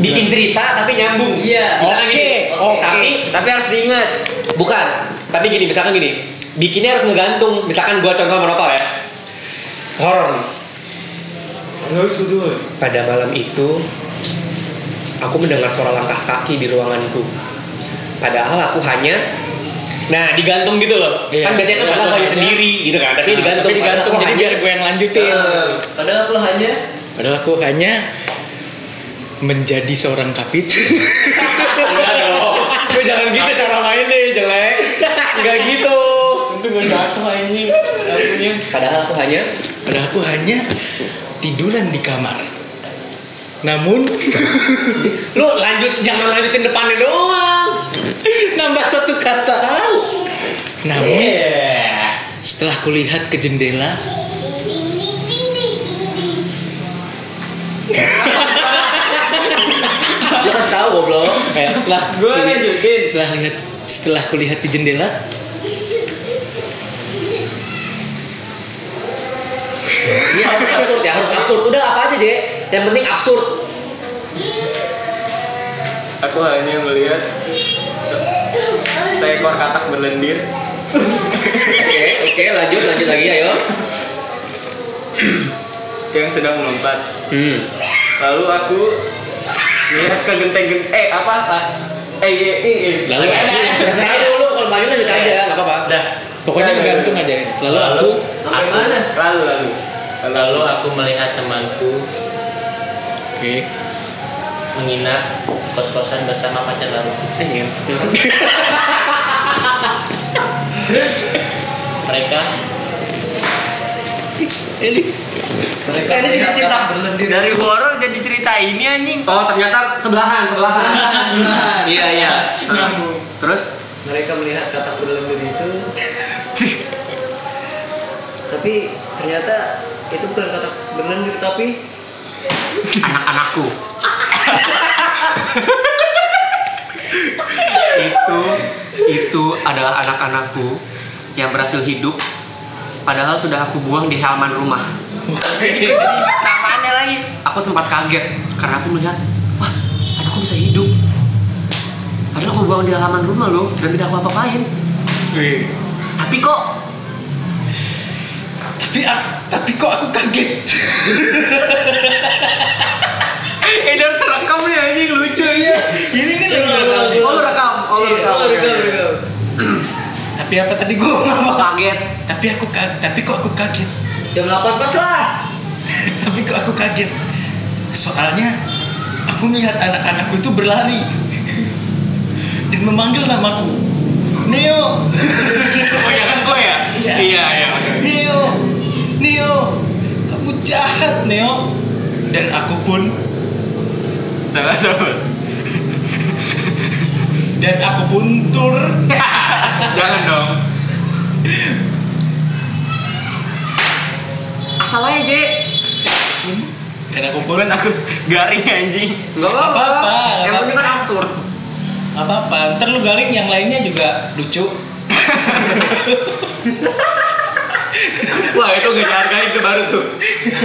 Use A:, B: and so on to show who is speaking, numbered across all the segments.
A: bikin cerita tapi nyambung.
B: Iya.
A: Misalkan
C: Oke,
A: gini,
C: oke.
A: Tapi
B: Tapi harus diingat.
A: bukan. Tapi gini, misalkan gini. Bikinnya harus ngegantung. Misalkan gua contoh monopal ya. Horor. nih. Pada malam itu aku mendengar suara langkah kaki di ruanganku. Padahal aku hanya Nah, digantung gitu loh.
C: Iya.
A: Kan biasanya kan
C: Digantung
A: padahal hanya
C: aja.
A: sendiri gitu kan. Tapi digantung.
C: Nah, Tapi digantung
A: padahal aku
C: jadi biar
A: hanya-
C: gue yang lanjutin.
B: Eh, Padahal aku hanya
C: Padahal aku hanya menjadi seorang kapit.
A: Enggak dong. Gue jangan gitu cara mainnya jelek. Enggak gitu.
B: itu gue jatuh ini. Akunya.
A: Padahal aku hanya
C: Padahal aku hanya tiduran di kamar. Namun
A: lu lanjut jangan lanjutin depannya doang.
C: nambah satu kata.
A: Eh.
C: Namun setelah kulihat ke jendela,
A: Lu kasih tahu goblok.
C: eh, setelah
B: Gue
C: kuli-
B: lanjutin.
C: setelah lihat setelah kulihat di jendela,
A: Ini harus absurd ya, harus absurd. Udah apa aja, Je? Yang penting absurd.
B: Aku hanya melihat se- seekor katak berlendir.
A: Oke, oke, lanjut, lanjut lagi ayo.
B: yang sedang melompat.
A: Hmm.
B: Lalu aku melihat ke genteng-genteng eh apa Pak? Eh, eh, eh, eh.
C: Lalu
B: Eh,
C: aku-
B: eh, eh.
A: Terserah lu, lu kalau lanjut lanjut aja, enggak apa-apa.
D: Dah.
C: pokoknya gantung aja. Lalu aku
B: Sampai mana? Lalu, lalu.
D: Lalu aku melihat temanku
C: Oke.
D: menginap kos-kosan bersama pacar baru.
A: Eh,
C: Iya,
A: ngentot.
D: Terus mereka
C: Ini
D: mereka melihat katak berlendir dari horor jadi cerita ini anjing.
A: Oh, ternyata sebelahan, sebelahan. Iya, iya.
D: Nyambung.
A: Terus
B: mereka melihat katak berlendir itu tapi ternyata itu bukan katak berlendir tapi
D: Anak-anakku.
B: itu itu adalah anak-anakku yang berhasil hidup padahal sudah aku buang di halaman rumah
D: Namanya lagi.
B: aku sempat kaget karena aku melihat wah anakku bisa hidup padahal aku buang di halaman rumah loh dan tidak aku apa-apain
C: Wih.
B: tapi kok
C: Tapi ak- tapi kok aku kaget.
B: eh dan serekam ya ini lucunya
C: Ini kan lagi
B: oh lu rekam oh lu rekam
D: Oh, rekam, rekam.
C: Tapi apa tadi gua ngomong?
B: kaget
C: Tapi aku ka- tapi kok aku kaget.
B: jam 8 pas lah
C: tapi kok aku kaget. Soalnya aku melihat anak-anakku itu berlari dan memanggil namaku. Neo,
B: kebanyakan gue ya
C: Iya.
B: iya iya
C: Neo, Neo. Kamu jahat, Neo. Dan aku pun
B: sama sama
C: dan aku pun tur
B: jangan dong asal aja Je
C: dan aku pun
D: Cuman aku garing anjing.
B: nggak apa-apa
C: apa-apa,
B: yang
C: nggak
B: penting kan absurd
C: apa apa ntar lu galing yang lainnya juga lucu
B: wah itu gak dihargain itu baru tuh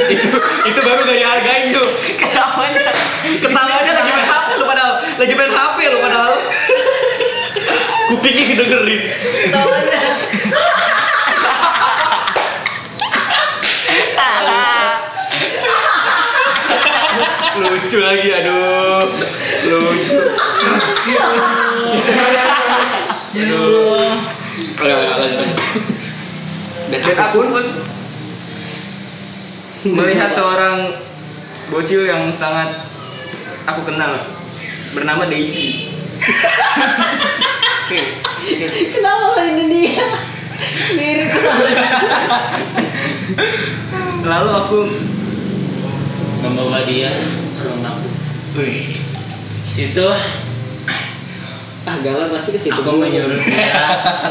B: itu itu baru gak dihargain tuh ketawanya ketawanya lagi main HP lu padahal lagi main HP lu padahal kupingnya kedengerin lucu lagi aduh lucu aduh ayo ayo lanjut lanjut. dan aku pun melihat seorang bocil yang sangat aku kenal bernama Daisy
E: Kenapa lo Indonesia? Mirip
B: lalu aku
D: Membawa dia ke rumahku.
C: Wih.
D: Situ
E: Ah galau pasti ke situ.
D: aku menyuruh dia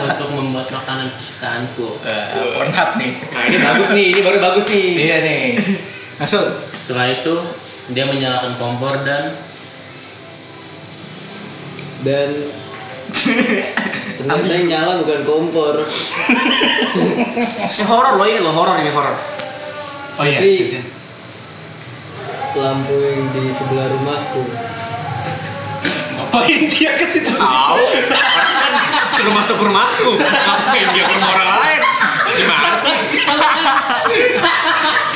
D: untuk membuat makanan kesukaanku.
C: Eh, Pornhub nih
A: Nah, ini bagus nih, ini baru bagus nih.
C: iya nih masuk
D: Setelah itu dia menyalakan kompor dan
E: Dan ternyata yang nyala bukan kompor.
B: eh, horor loh inget loh horor ini horor
C: oh iya
E: Tapi- Lampu yang di sebelah rumahku
B: ngapain dia ke situ
A: Tahu? Orang kan suruh masuk ke rumahku. Ngapain dia ke rumah orang lain? Gimana sih?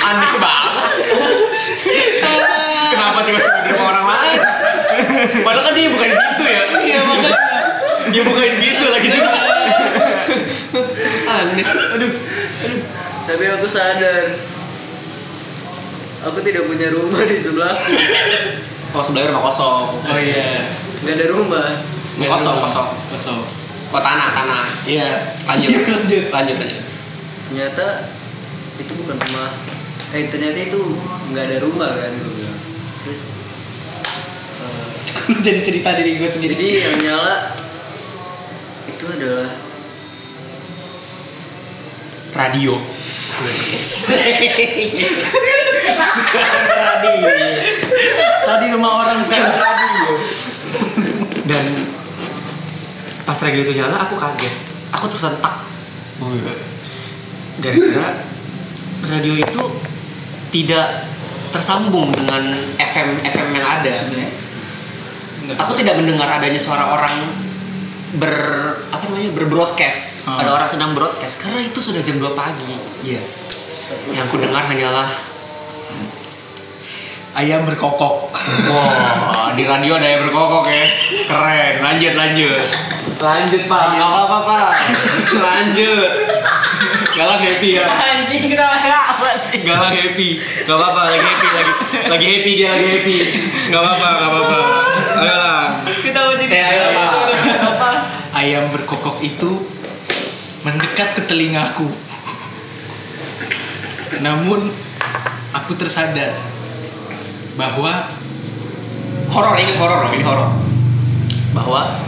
A: Aneh banget. Kenapa tiba-tiba di rumah orang lain? Padahal kan dia bukan gitu ya. Iya makanya. Dia bukan gitu lagi juga.
F: Aneh. Aduh. Aduh. Tapi aku sadar. Aku tidak punya rumah di sebelahku.
A: Oh sebelah rumah kosong.
C: Oh iya.
F: Gak ada rumah.
A: Rumah kosong kosong.
C: Kosong.
A: Oh tanah tanah.
C: Iya.
A: Lanjut.
C: Iya, lanjut.
A: Lanjut lanjut.
F: Ternyata itu bukan rumah. Eh ternyata itu nggak ada rumah kan gue bilang. Terus eh,
C: Lu jadi cerita diri gue sendiri.
F: jadi yang nyala itu adalah
A: Radio.
C: Sekarang tadi. Tadi rumah orang sekarang tadi.
A: Dan pas radio itu nyala aku kaget. Aku tersentak. Gara-gara radio itu tidak tersambung dengan FM FM yang ada. Aku tidak mendengar adanya suara orang ber apa namanya berbroadcast.
C: Ah.
A: Ada orang sedang broadcast karena itu sudah jam 2 pagi.
C: Iya.
A: Yang aku dengar hanyalah
C: Ayam berkokok.
A: Wah, di radio ada yang berkokok ya. Keren. Lanjut, lanjut. Lanjut, Pak. Gak apa-apa, Pak. Lanjut. Galang happy ya.
F: anjing kenapa apa sih?
A: Galang happy. Gak apa-apa, lagi happy lagi. Lagi happy dia, lagi happy. Gak apa-apa, gak apa-apa. Ayo lah.
F: Kita mau jadi
A: Eh, ayo, Pak.
F: apa?
C: Ayam berkokok itu mendekat ke telingaku. Namun aku tersadar bahwa
A: Horor, ini horor loh, ini horor. Bahwa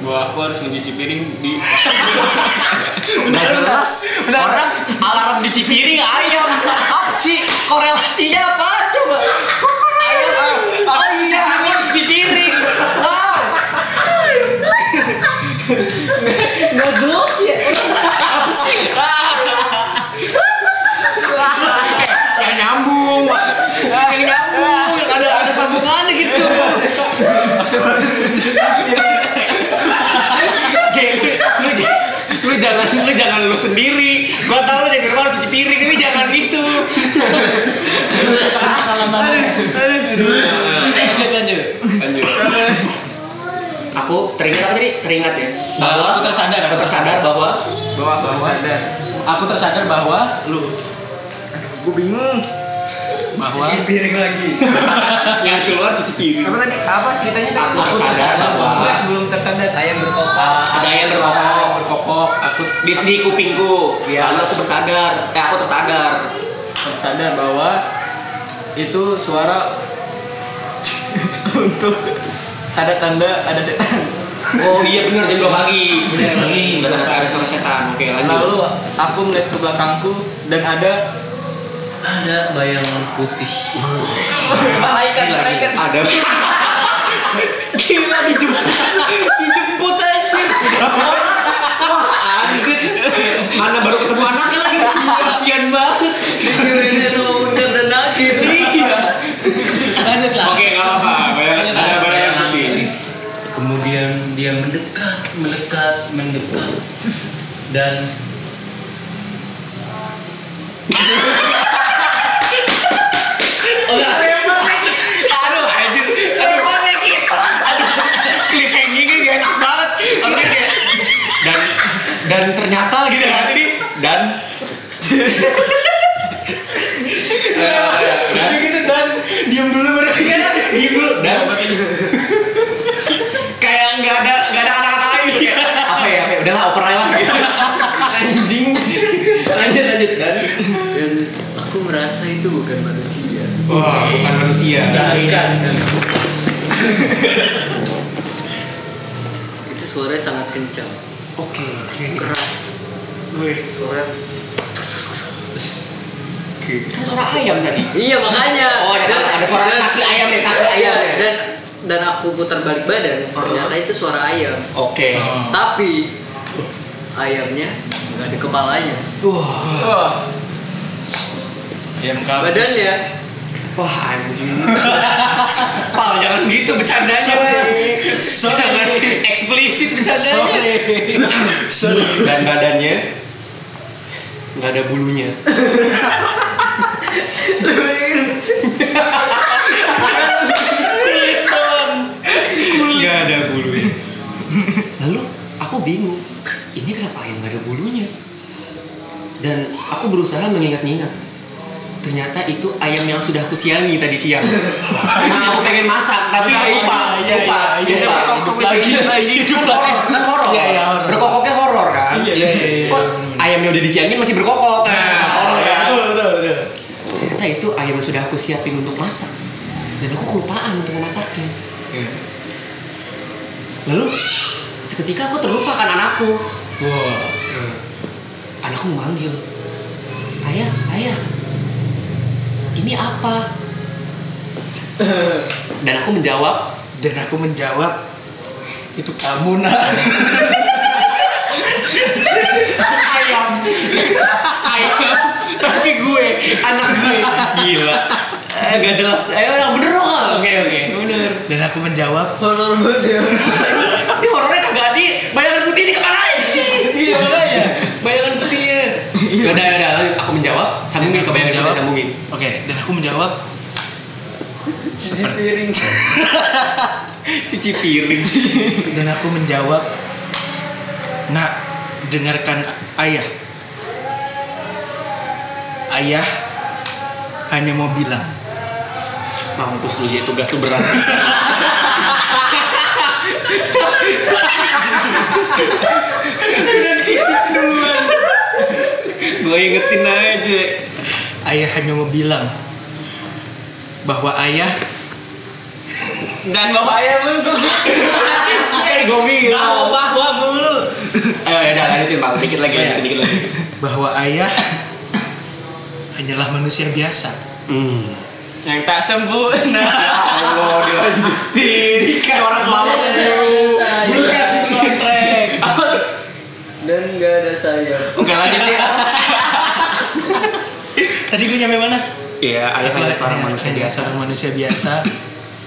A: bahwa aku harus mencuci piring di Nggak jelas orang alarm dicuci piring ayam apa sih korelasinya apa coba Kok Oh, iya. ayam ah, ayam ayam dicuci piring wow
E: Nggak jelas ya.
A: apa sih yang nyambung yang nyambung ada ada sambungannya gitu Geng, lu, j- lu jangan lu jangan lu sendiri gua tahu lu jadi rumah lu cuci piring ini jangan gitu
C: lanjut lanjut.
A: lanjut aku teringat apa tadi teringat ya
C: Bahwa aku tersadar,
A: aku
C: aku
A: tersadar bahwa
F: Bawa bawa sadar.
C: Aku tersadar bahwa
F: Lu. Gue bingung.
C: bahwa
F: Cuci piring lagi.
A: yang keluar cuci piring
F: apa tadi? Apa ceritanya tadi?
A: Aku tersadar bahwa-
F: Enggak, sebelum tersadar ayam berkokok.
A: ada yang
C: ayam
A: berkokok
C: berkokok aku
A: di di kupingku
C: Iya.
A: lalu aku bersadar eh aku tersadar
F: tersadar bahwa itu suara untuk ada tanda ada setan.
A: oh iya bener jam 2 pagi
C: Bener, pagi.
A: bener ada suara suara setan oke lanjut
F: Lalu aku melihat ke belakangku dan ada
C: ada bayangan putih
F: malaikat malaikat.
A: ada gila dijemput dijemput aja wah anjir mana baru ketemu anaknya lagi kasian banget
F: Dikirinya sama bundar dan nakir.
A: iya
C: lanjut lah
A: oke nggak apa-apa
C: Lanjut
A: Bayang-
C: lah.
A: ada bayangan putih
C: kemudian dia mendekat mendekat mendekat dan
A: aduh anjir
F: Teleponnya gitu.
A: cliffhangingnya gak enak banget Maksudnya kayak dan dan ternyata gitu ya ini dan Ya, ya, ya.
C: Dia gitu dan diam dulu berarti
A: Ini Iya, dulu gitu. dan kayak nggak ada nggak ada kata-kata lagi ya. apa ya apa ya udahlah oper aja lah gitu anjing lanjut lanjut dan
F: Dan aku merasa itu bukan manusia.
A: wah bukan manusia
F: Itu suaranya sangat kencang,
A: oke oke
F: keras.
C: Wih.
F: Suara
A: kan suara ayam tadi
F: Iya makanya.
A: Oh, ada-
F: Dan-
A: ada suara
F: dan- Iya,
A: kaki ayam ya, kaki ayam ya.
F: Dan dan aku putar balik badan, ternyata itu suara ayam.
A: oke
F: Tapi ayamnya nggak ada kepalanya.
C: ayam kabus
F: Badannya
C: Wah anjing. Pal jangan gitu bercandanya. Jangan eksplisit bercandanya.
A: dan badannya nggak ada bulunya nggak ada bulunya lalu aku bingung ini kenapa ayam nggak ada bulunya dan aku berusaha mengingat-ingat ternyata itu ayam yang sudah aku siangi tadi siang karena aku pengen masak tapi
C: Iya,
A: lupa
C: iya,
A: lupa
C: iya, iya.
A: lupa
C: Lagi lagi hidup lagi.
A: kan horor
C: Iya, iya, horor.
A: berkokoknya horor kan
C: Iya iya iya.
A: kok ayamnya udah disiangin masih berkokok nah horor kan
C: Betul betul betul.
A: ternyata itu ayam yang sudah aku siapin untuk masak dan aku kelupaan untuk memasaknya lalu seketika aku terlupakan anakku
C: Wah.
A: anakku memanggil ayah ayah ini apa dan aku menjawab
C: Dan aku menjawab itu kamu nak.
A: ayam ayam tapi gue anak gue gila Eh, nggak jelas eh yang bener dong Kal.
C: Oke oke. Dan aku menjawab
B: Horor banget ya.
A: ini horornya kagak di bayangan putih di kepala
C: Iya makanya.
A: bayangan putihnya
B: Iya.
A: yaudah yaudah lanjut aku menjawab sambungin ke bayangan putih sambungin
C: Oke, dan aku menjawab
B: Cuci piring.
A: cuci piring
C: dan aku menjawab Nak, dengarkan ayah. Ayah hanya mau bilang
A: mampus lu jadi tugas lu berat gue ingetin aja
C: ayah hanya mau bilang bahwa ayah
A: dan bapak ayah lu tuh kan gue bilang
B: bahwa mulu.
A: ayo udah lanjutin bang dikit lagi lanjutin dikit lagi
C: bahwa ayah hanyalah manusia biasa
A: hmm.
B: Yang tak sembuh.
A: Allah dilanjutin kayak orang lama
B: Belum kasih
C: soundtrack
B: Dan nggak ada sayap.
A: enggak lanjut ya
C: tadi gue nyampe mana
A: iya ayah hanya seorang
C: Ayah
A: manusia
C: hanya
A: biasa
C: seorang manusia biasa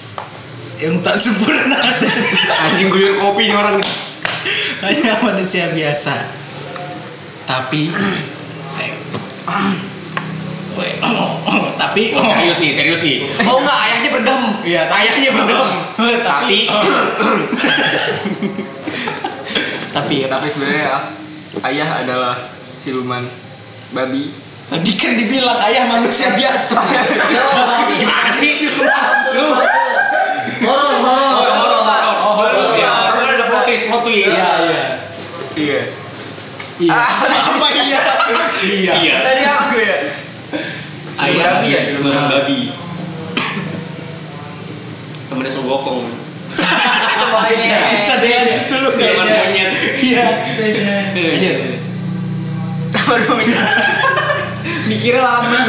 C: yang tak sempurna
A: anjing guyur kopi nih orang
C: hanya manusia biasa tapi eh, tapi
A: Oh, serius nih, serius nih. Oh enggak, ayahnya berdem.
C: Iya, tapi-
A: ayahnya berdem.
C: Tapi-
A: tapi
C: tapi
B: Tapi sebenarnya ya, ayah adalah siluman babi.
C: tadi kan dibilang ayah manusia biasa
A: gimana sih? Lu
B: Horor, horor.
A: Oh, horor. Ya, horor kan ada plot twist, plot twist.
C: iya iya
B: Iya.
C: iya
B: Apa iya?
C: iya
A: Iya.
B: Tadi aku ya.
C: ayah
B: babi ya, siluman
A: Seorang babi. Temennya sogokong.
B: Iya.
C: bisa dilanjut dulu
A: Siluman
C: kayaknya.
A: monyet.
C: iya
A: Iya.
C: lanjut
B: Baru
A: Mikirnya lama.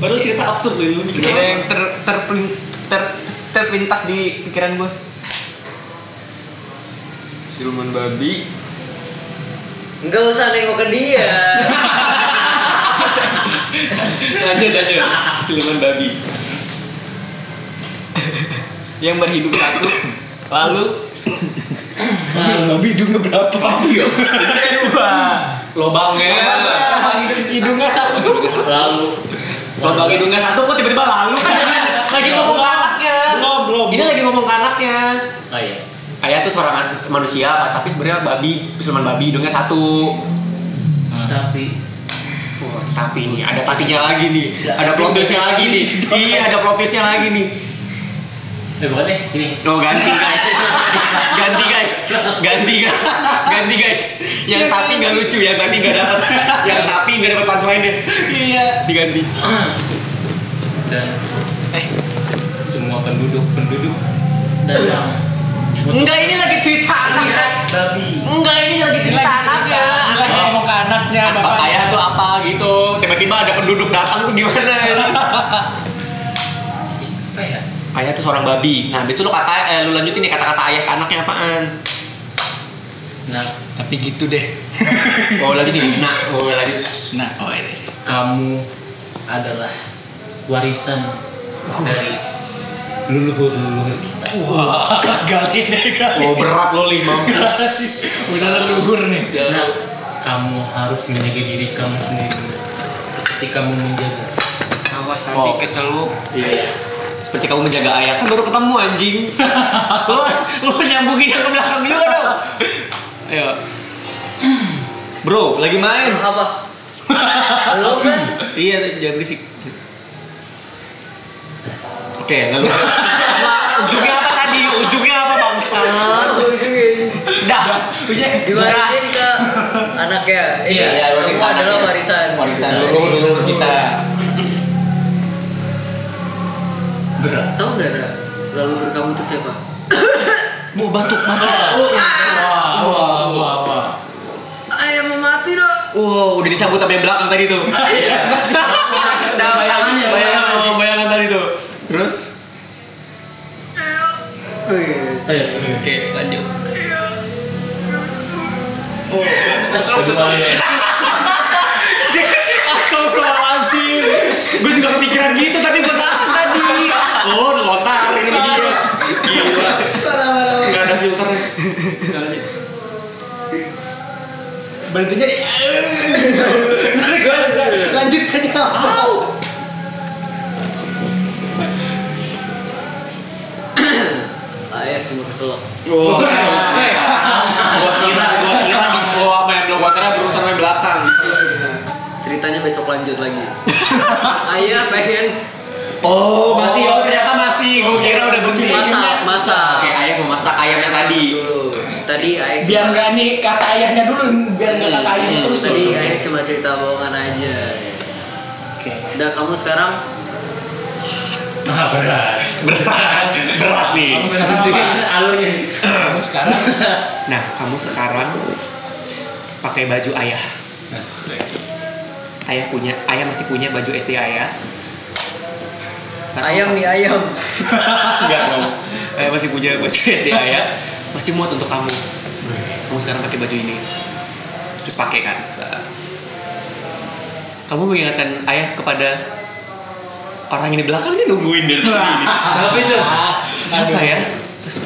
A: Padahal cerita absurd loh. ini.
B: Ada yang ter, terpelin- ter- terpintas di pikiran gue. Siluman babi. Enggak usah nengok ke dia.
A: Lanjut aja. Siluman babi.
B: yang berhidup satu, lalu
C: babi hidungnya berapa
B: dua.
A: Lobangnya.
C: hidungnya satu
A: Iya. lalu lubang hidungnya satu kok tiba-tiba lalu kan lagi ngomong ke anaknya
C: Belum, belum,
A: ini lagi ngomong ke anaknya
C: oh iya
A: ayah tuh seorang an- manusia Pak, tapi sebenarnya babi siluman babi hidungnya satu
B: Tapi
A: Wah, tapi nih ada tapinya lagi nih ada plot twistnya lagi nih iya ada plot twistnya lagi nih
C: eh bukan deh ini
A: lo ganti guys ganti guys ganti guys ganti guys yang tapi nggak lucu yang tapi nggak dapat yang tapi nggak dapat punchline-nya
C: iya
A: diganti
C: dan eh semua penduduk penduduk
B: datang
A: enggak ini lagi cerita anaknya
B: babi.
A: enggak ini lagi cerita anaknya
C: lagi
A: anaknya
C: ngomong ke anaknya
A: Bapak ayah tuh apa gitu tiba-tiba ada penduduk datang tuh gimana
C: apa ya
A: ayah tuh seorang babi nah habis itu lu kata eh, lu lanjutin nih kata-kata ayah ke anaknya apaan
C: nah tapi gitu deh
A: oh lanjutin nah oh lanjut
C: nah oh ini
G: Kamu adalah warisan
C: dari s- leluhur-leluhur kita. Wah, gali deh gali.
A: Oh berat lo lima.
C: Udah leluhur nih.
F: Jalan.
C: Nah, kamu harus menjaga diri kamu sendiri. Ketika kamu menjaga.
F: Awas
A: Oh.
F: nanti kecelup.
A: Iya. Seperti kamu menjaga ayah kan baru ketemu anjing. lo lo nyambungin yang ke belakang juga dong. Ayo. Bro, lagi main.
F: Apa? Lu kan
A: Iya, jangan berisik. Oke, lalu Nah, ujungnya apa tadi? Ujungnya apa bangsa? Dah,
C: Udah,
F: diwarisin ke anaknya.
C: Iya, iya,
F: Kamu adalah warisan. Gitu.
A: Warisan leluhur kita.
C: berat.
F: Tahu nggak Ra? leluhur kamu itu siapa?
C: Mau batuk batuk. Wah, wah, wah, wah.
F: Ayah mau mati dong.
A: Wow, udah dicabut sampai belakang tadi tuh.
C: Iya.
A: Nah, bayangan, bayangan, bayangan tadi tuh. Terus?
C: Ayo, oke, lanjut. Oh,
A: Astagfirullahaladzim Gue juga kepikiran gitu tapi gue tahan tadi Oh lontar ini dia Gila Gak ada filternya
C: Berarti jadi lanjut aja.
F: Ayah cuma keselak.
A: Wah
C: Eh,
A: Gua kira, gua kira di gua apa yang gua kira berurusan sampai belakang
F: Ceritanya besok lanjut lagi. Ayah pengen
A: Oh masih, oh ternyata masih Gue kira udah begini
F: masak, masak.
A: Oke ayah mau masak ayamnya tadi
F: Dulu. Tadi ayah
C: Biar nggak nih kata ayahnya dulu, biar nggak kata ayahnya
F: Hmm,
C: terus.
F: Tadi ayah cuma cerita bohongan aja.
C: Oke.
F: Udah kamu sekarang
C: Nah, berat.
A: Berat, berat nih
C: Kamu sekarang apa? Alurnya. Kamu sekarang.
A: Nah kamu sekarang pakai baju ayah Ayah punya, ayah masih punya baju SD ayah Sekarang
F: ayam nih ayam.
A: Enggak dong. Saya masih punya baju SD ayah. ya. Masih muat untuk kamu. Kamu sekarang pakai baju ini. Terus pakai kan. Sa- Kamu mengingatkan ayah kepada orang yang di belakang dia nungguin dari tadi.
B: Nah.
C: Siapa itu?
A: Siapa ya? Terus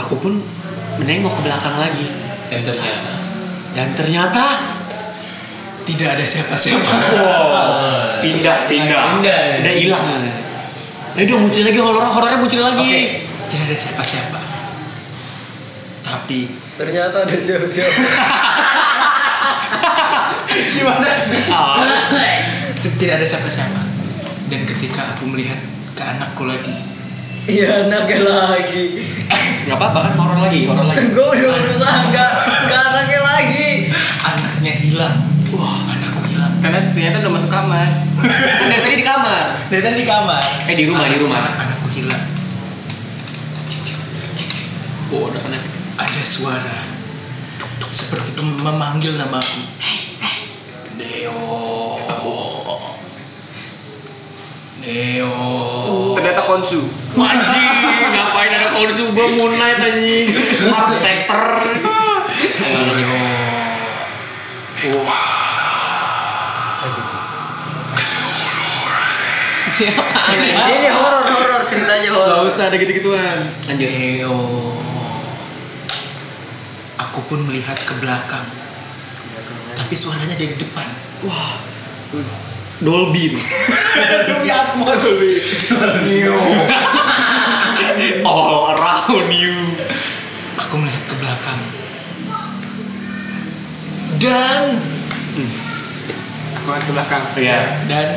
A: aku pun menengok ke belakang lagi.
C: Dan ternyata
A: Dan ternyata
C: tidak ada siapa-siapa.
A: wow, pindah, pindah,
C: Pindah.
A: udah hilang. Eh, udah muncul lagi horor horornya muncul lagi.
C: Oke, tidak ada siapa-siapa. Tapi
F: Ternyata ada siapa-siapa.
C: gimana sih?
A: Ah.
C: tidak ada siapa-siapa. Dan ketika aku melihat ke anakku lagi,
F: Iya anaknya lagi.
A: Gak apa-apa kan horor lagi, horor lagi.
F: Gue udah berusaha nggak nggak anaknya lagi.
C: anaknya hilang. Wah, anakku hilang.
A: Karena ternyata udah masuk kamar. kan dari tadi di kamar.
C: Dari tadi di kamar.
A: Eh di rumah, di rumah.
C: Anak- Anakku hilang. Cik, cik, cik, cik.
A: Oh, udah sana.
C: Ada suara Tuk, tuk, seperti itu memanggil namaku. Neo.
A: Oh.
C: Neo.
A: Ternyata konsu. Anjing, ngapain ada konsu? Gua mau night anjing. Harus specter.
C: Neo.
F: Ini, ini horor horor ceritanya horor.
A: usah ada gitu-gituan. Anjir.
C: Neo. Aku pun melihat ke belakang, tapi suaranya dari depan.
A: Wah. Dolby tuh.
C: Di atmos. Neo.
A: All around you.
C: Aku melihat ke belakang. Dan
A: Aku ke belakang. Iya.
C: dan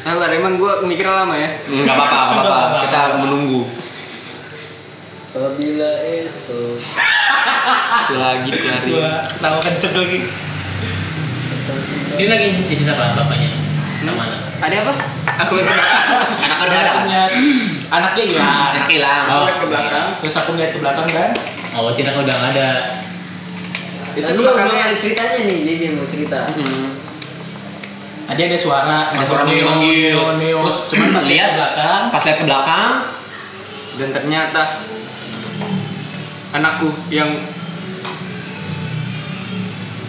F: Sabar emang gue mikir lama ya.
A: Enggak apa-apa, nggak apa-apa. Kita menunggu.
F: Apabila esok
A: Itu Lagi pelari.
C: gua tahu kenceng lagi. Ini lagi Hmm? izin apa bapaknya? Sama anak.
F: ada apa? Aku lihat
A: Anak udah ada kan?
E: Anaknya hilang.
A: Anak hilang.
C: Oh.
E: Aku lihat ke belakang. Terus aku lihat ke belakang kan.
C: Oh, tidak udah nggak ada.
F: Itu ya. belum belum ada ceritanya nih, jadi dia mau cerita.
C: Tadi ada suara,
A: Ada suara manggil-manggil.
C: Neo, Neo. Terus cuman pas lihat
A: Lihat.
C: ke belakang,
A: Pas lihat ke belakang,
E: Dan ternyata anakku yang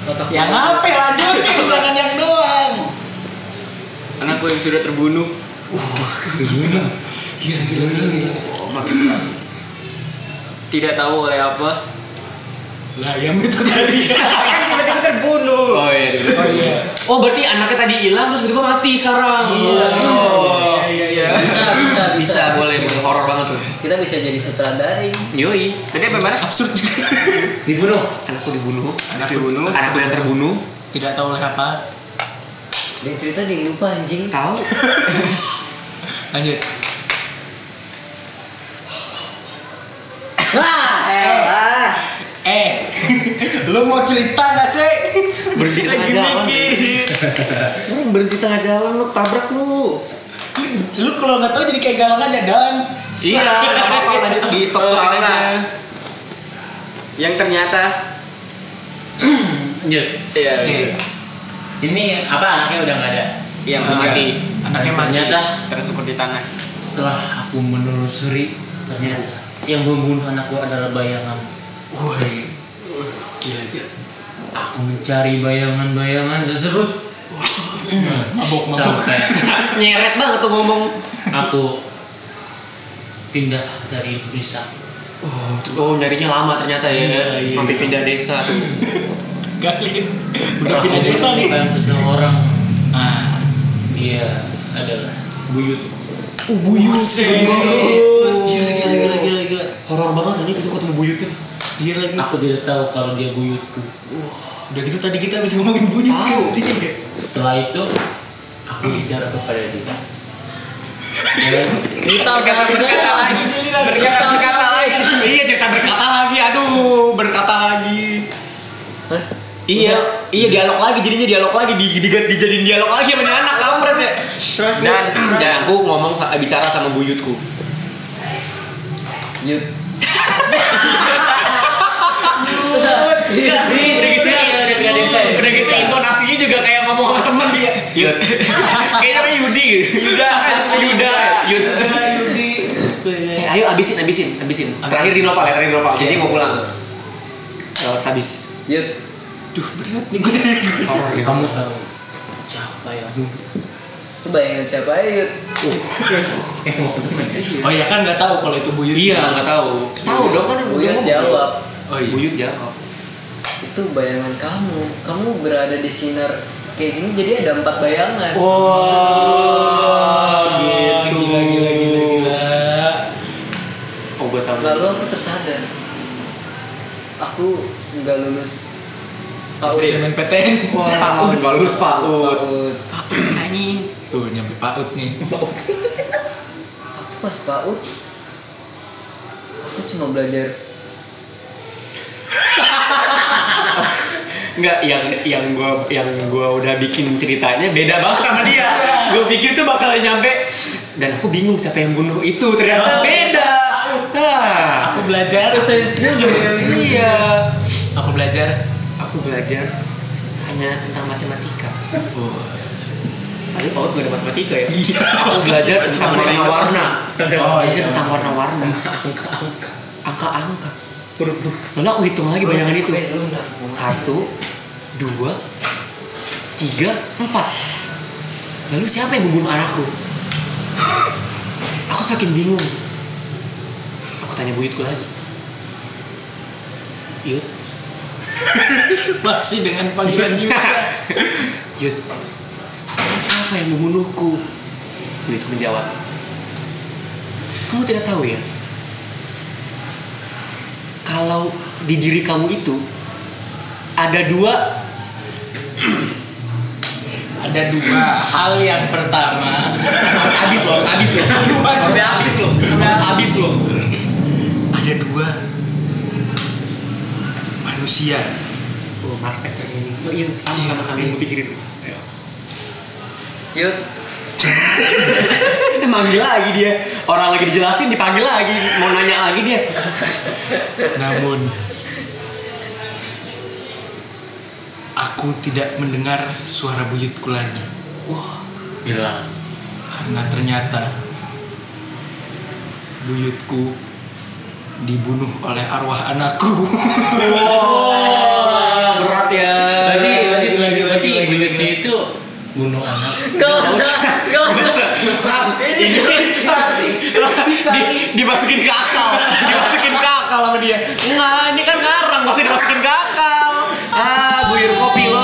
F: Otak
C: yang apa lanjutin jangan yang doang.
E: anakku yang sudah terbunuh
C: Gila, gila, gila, gila.
F: Oh, makin berat. Tidak tahu oleh apa.
C: Lah, yang itu tadi.
F: Kan tiba-tiba terbunuh.
B: Oh iya. dulu.
C: Oh iya.
A: Iya. Oh berarti anaknya tadi hilang terus tiba-tiba mati sekarang.
C: Iya.
A: Oh.
C: Iya, iya, iya.
F: Bisa, bisa,
A: Bisa,
F: bisa.
A: boleh, boleh horor banget tuh.
F: Kita bisa jadi sutradari.
A: Yoi,
F: Tadi apa mana?
C: Absurd juga. Dibunuh.
A: anakku dibunuh,
C: Anak dibunuh.
A: anakku yang terbunuh.
C: Tidak tahu oleh apa.
F: Yang cerita dia lupa anjing.
A: Tahu?
C: Lanjut.
F: Wah, eh, ah.
C: Eh, lu mau cerita gak sih?
A: Berhenti di tengah jalan. Orang berhenti tengah jalan lu tabrak lu.
C: Lu kalau nggak tahu jadi kayak galang aja dan.
A: Iya, nggak apa-apa lanjut di stop
F: Oh,
A: aja.
F: nah. Yang ternyata
H: Lanjut.
B: Iya.
F: ya
C: Oke.
H: Ini apa anaknya udah nggak ada?
F: yang
C: Iya.
F: mati
H: Dan
C: Anaknya mati.
H: Ternyata
F: tersungkur di tanah.
H: setelah aku menelusuri ternyata yang membunuh anakku adalah bayangan.
C: Woi. Gila, gila.
H: Aku mencari bayangan-bayangan tersebut.
C: Mabok, mabok.
H: Sampai
A: Nyeret banget tuh ngomong.
H: aku pindah dari desa.
A: Oh, oh nyarinya lama ternyata ya.
C: Iya, iya.
A: Sampai pindah desa tuh.
C: Galin. Udah pindah desa nih.
H: Bukan seseorang.
C: Ah,
H: Dia adalah
C: buyut.
A: Oh, buyut.
C: Buset.
A: Gila, gila, gila, gila, gila. Horor banget tadi itu ketemu buyutnya.
C: Iya lagi.
H: aku tidak tahu kalau dia buyutku.
C: Udah gitu tadi kita habis ngomongin buyut kan.
A: Tahu.
C: Dia kayak,
H: Setelah itu aku
C: Hmm.
H: bicara kepada dia. Dan
F: Cerita berkata-kata lagi. Berkata-kata lagi.
A: iya cerita berkata lagi, aduh berkata lagi.
F: Hah?
A: Iya, iya dialog lagi jadinya dialog lagi di, di, dijadiin dialog lagi sama ini anak kampret ya. Dan dan aku ngomong sa- bicara sama buyutku.
F: Yut.
H: Iya, iya, iya, iya, iya, iya, iya.
A: gitu ya. Udah gitu intonasinya juga kayak ngomong sama teman dia. Yud. Kayaknya namanya Yudi gitu. Yuda, Yuda, Yud. Eh, ayo abisin, abisin, abisin. Terakhir di nopal ya, terakhir di nopal. Jadi mau pulang. Lewat habis.
F: Yut.
C: Duh berat nih gue.
A: Horor ya.
H: kamu tahu siapa yang
F: Itu bayangan siapa ya, Yut?
C: Oh ya kan nggak tahu kalau itu buyut.
A: Iya, nggak tahu. Tahu dong kan
F: Buyut
A: ngomong.
F: jawab.
C: Oh iya.
A: Buyut jawab.
F: Itu bayangan kamu. Kamu berada di sinar kayak gini jadi ada empat bayangan.
A: Wah,
B: Oh,
A: gitu.
C: Ah, Gila gila gila gila.
A: Oh, gue tahu.
F: Lalu aku tersadar. Aku nggak lulus.
C: Pasti
F: Aku
C: main PTN.
A: Paut, balus paut.
F: Anjing.
C: Tuh nyampe paut nih.
F: Aku pas PAUD aku cuma belajar
A: Enggak, yang yang gua yang gua udah bikin ceritanya beda banget sama dia. Gua pikir tuh bakal nyampe dan aku bingung siapa yang bunuh itu. Ternyata beda. Nah,
C: Aku belajar.
F: sensinya udah
A: iya.
C: Aku belajar.
A: Aku belajar hanya tentang matematika.
C: Oh.
A: Tapi paut gak ada matematika ya. Aku belajar tentang warna-warna.
C: Oh,
A: Belajar
C: iya.
A: tentang warna-warna. Angka-angka. Lalu aku hitung lagi bayangan itu.
F: Eh,
A: Satu, dua, tiga, empat. Lalu siapa yang membunuh anakku? Aku semakin bingung. Aku tanya buyutku lagi. Yud,
C: Masih dengan panggilan juga.
A: Yud, lalu siapa yang membunuhku? Buyutku menjawab. Kamu tidak tahu ya? Kalau di diri kamu itu ada dua
C: Ada dua hal yang pertama.
A: harus habis loh, harus habis loh. Dua, udah habis loh, harus habis loh.
C: Ada dua manusia.
A: Oh, Mark Spector ini. Iya. Oh, iya, sama sama kami yang pikirin.
F: Yud,
A: Manggil lagi dia. Orang lagi dijelasin dipanggil lagi, mau nanya lagi dia.
C: Namun aku tidak mendengar suara buyutku lagi
H: hilang
C: karena ternyata buyutku dibunuh oleh arwah anakku.
A: Wah, berat ya.
H: berarti berarti
C: gila, gila,
H: berarti
C: gila, gila.
H: buyutnya itu bunuh anak
F: nggak usah, nggak usah.
A: Sa-
I: Ini dicari, dicari.
A: dimasukin ke akal dimasukin ke akal sama dia enggak ini kan ngarang masih dimasukin ke akal ah buyur kopi lo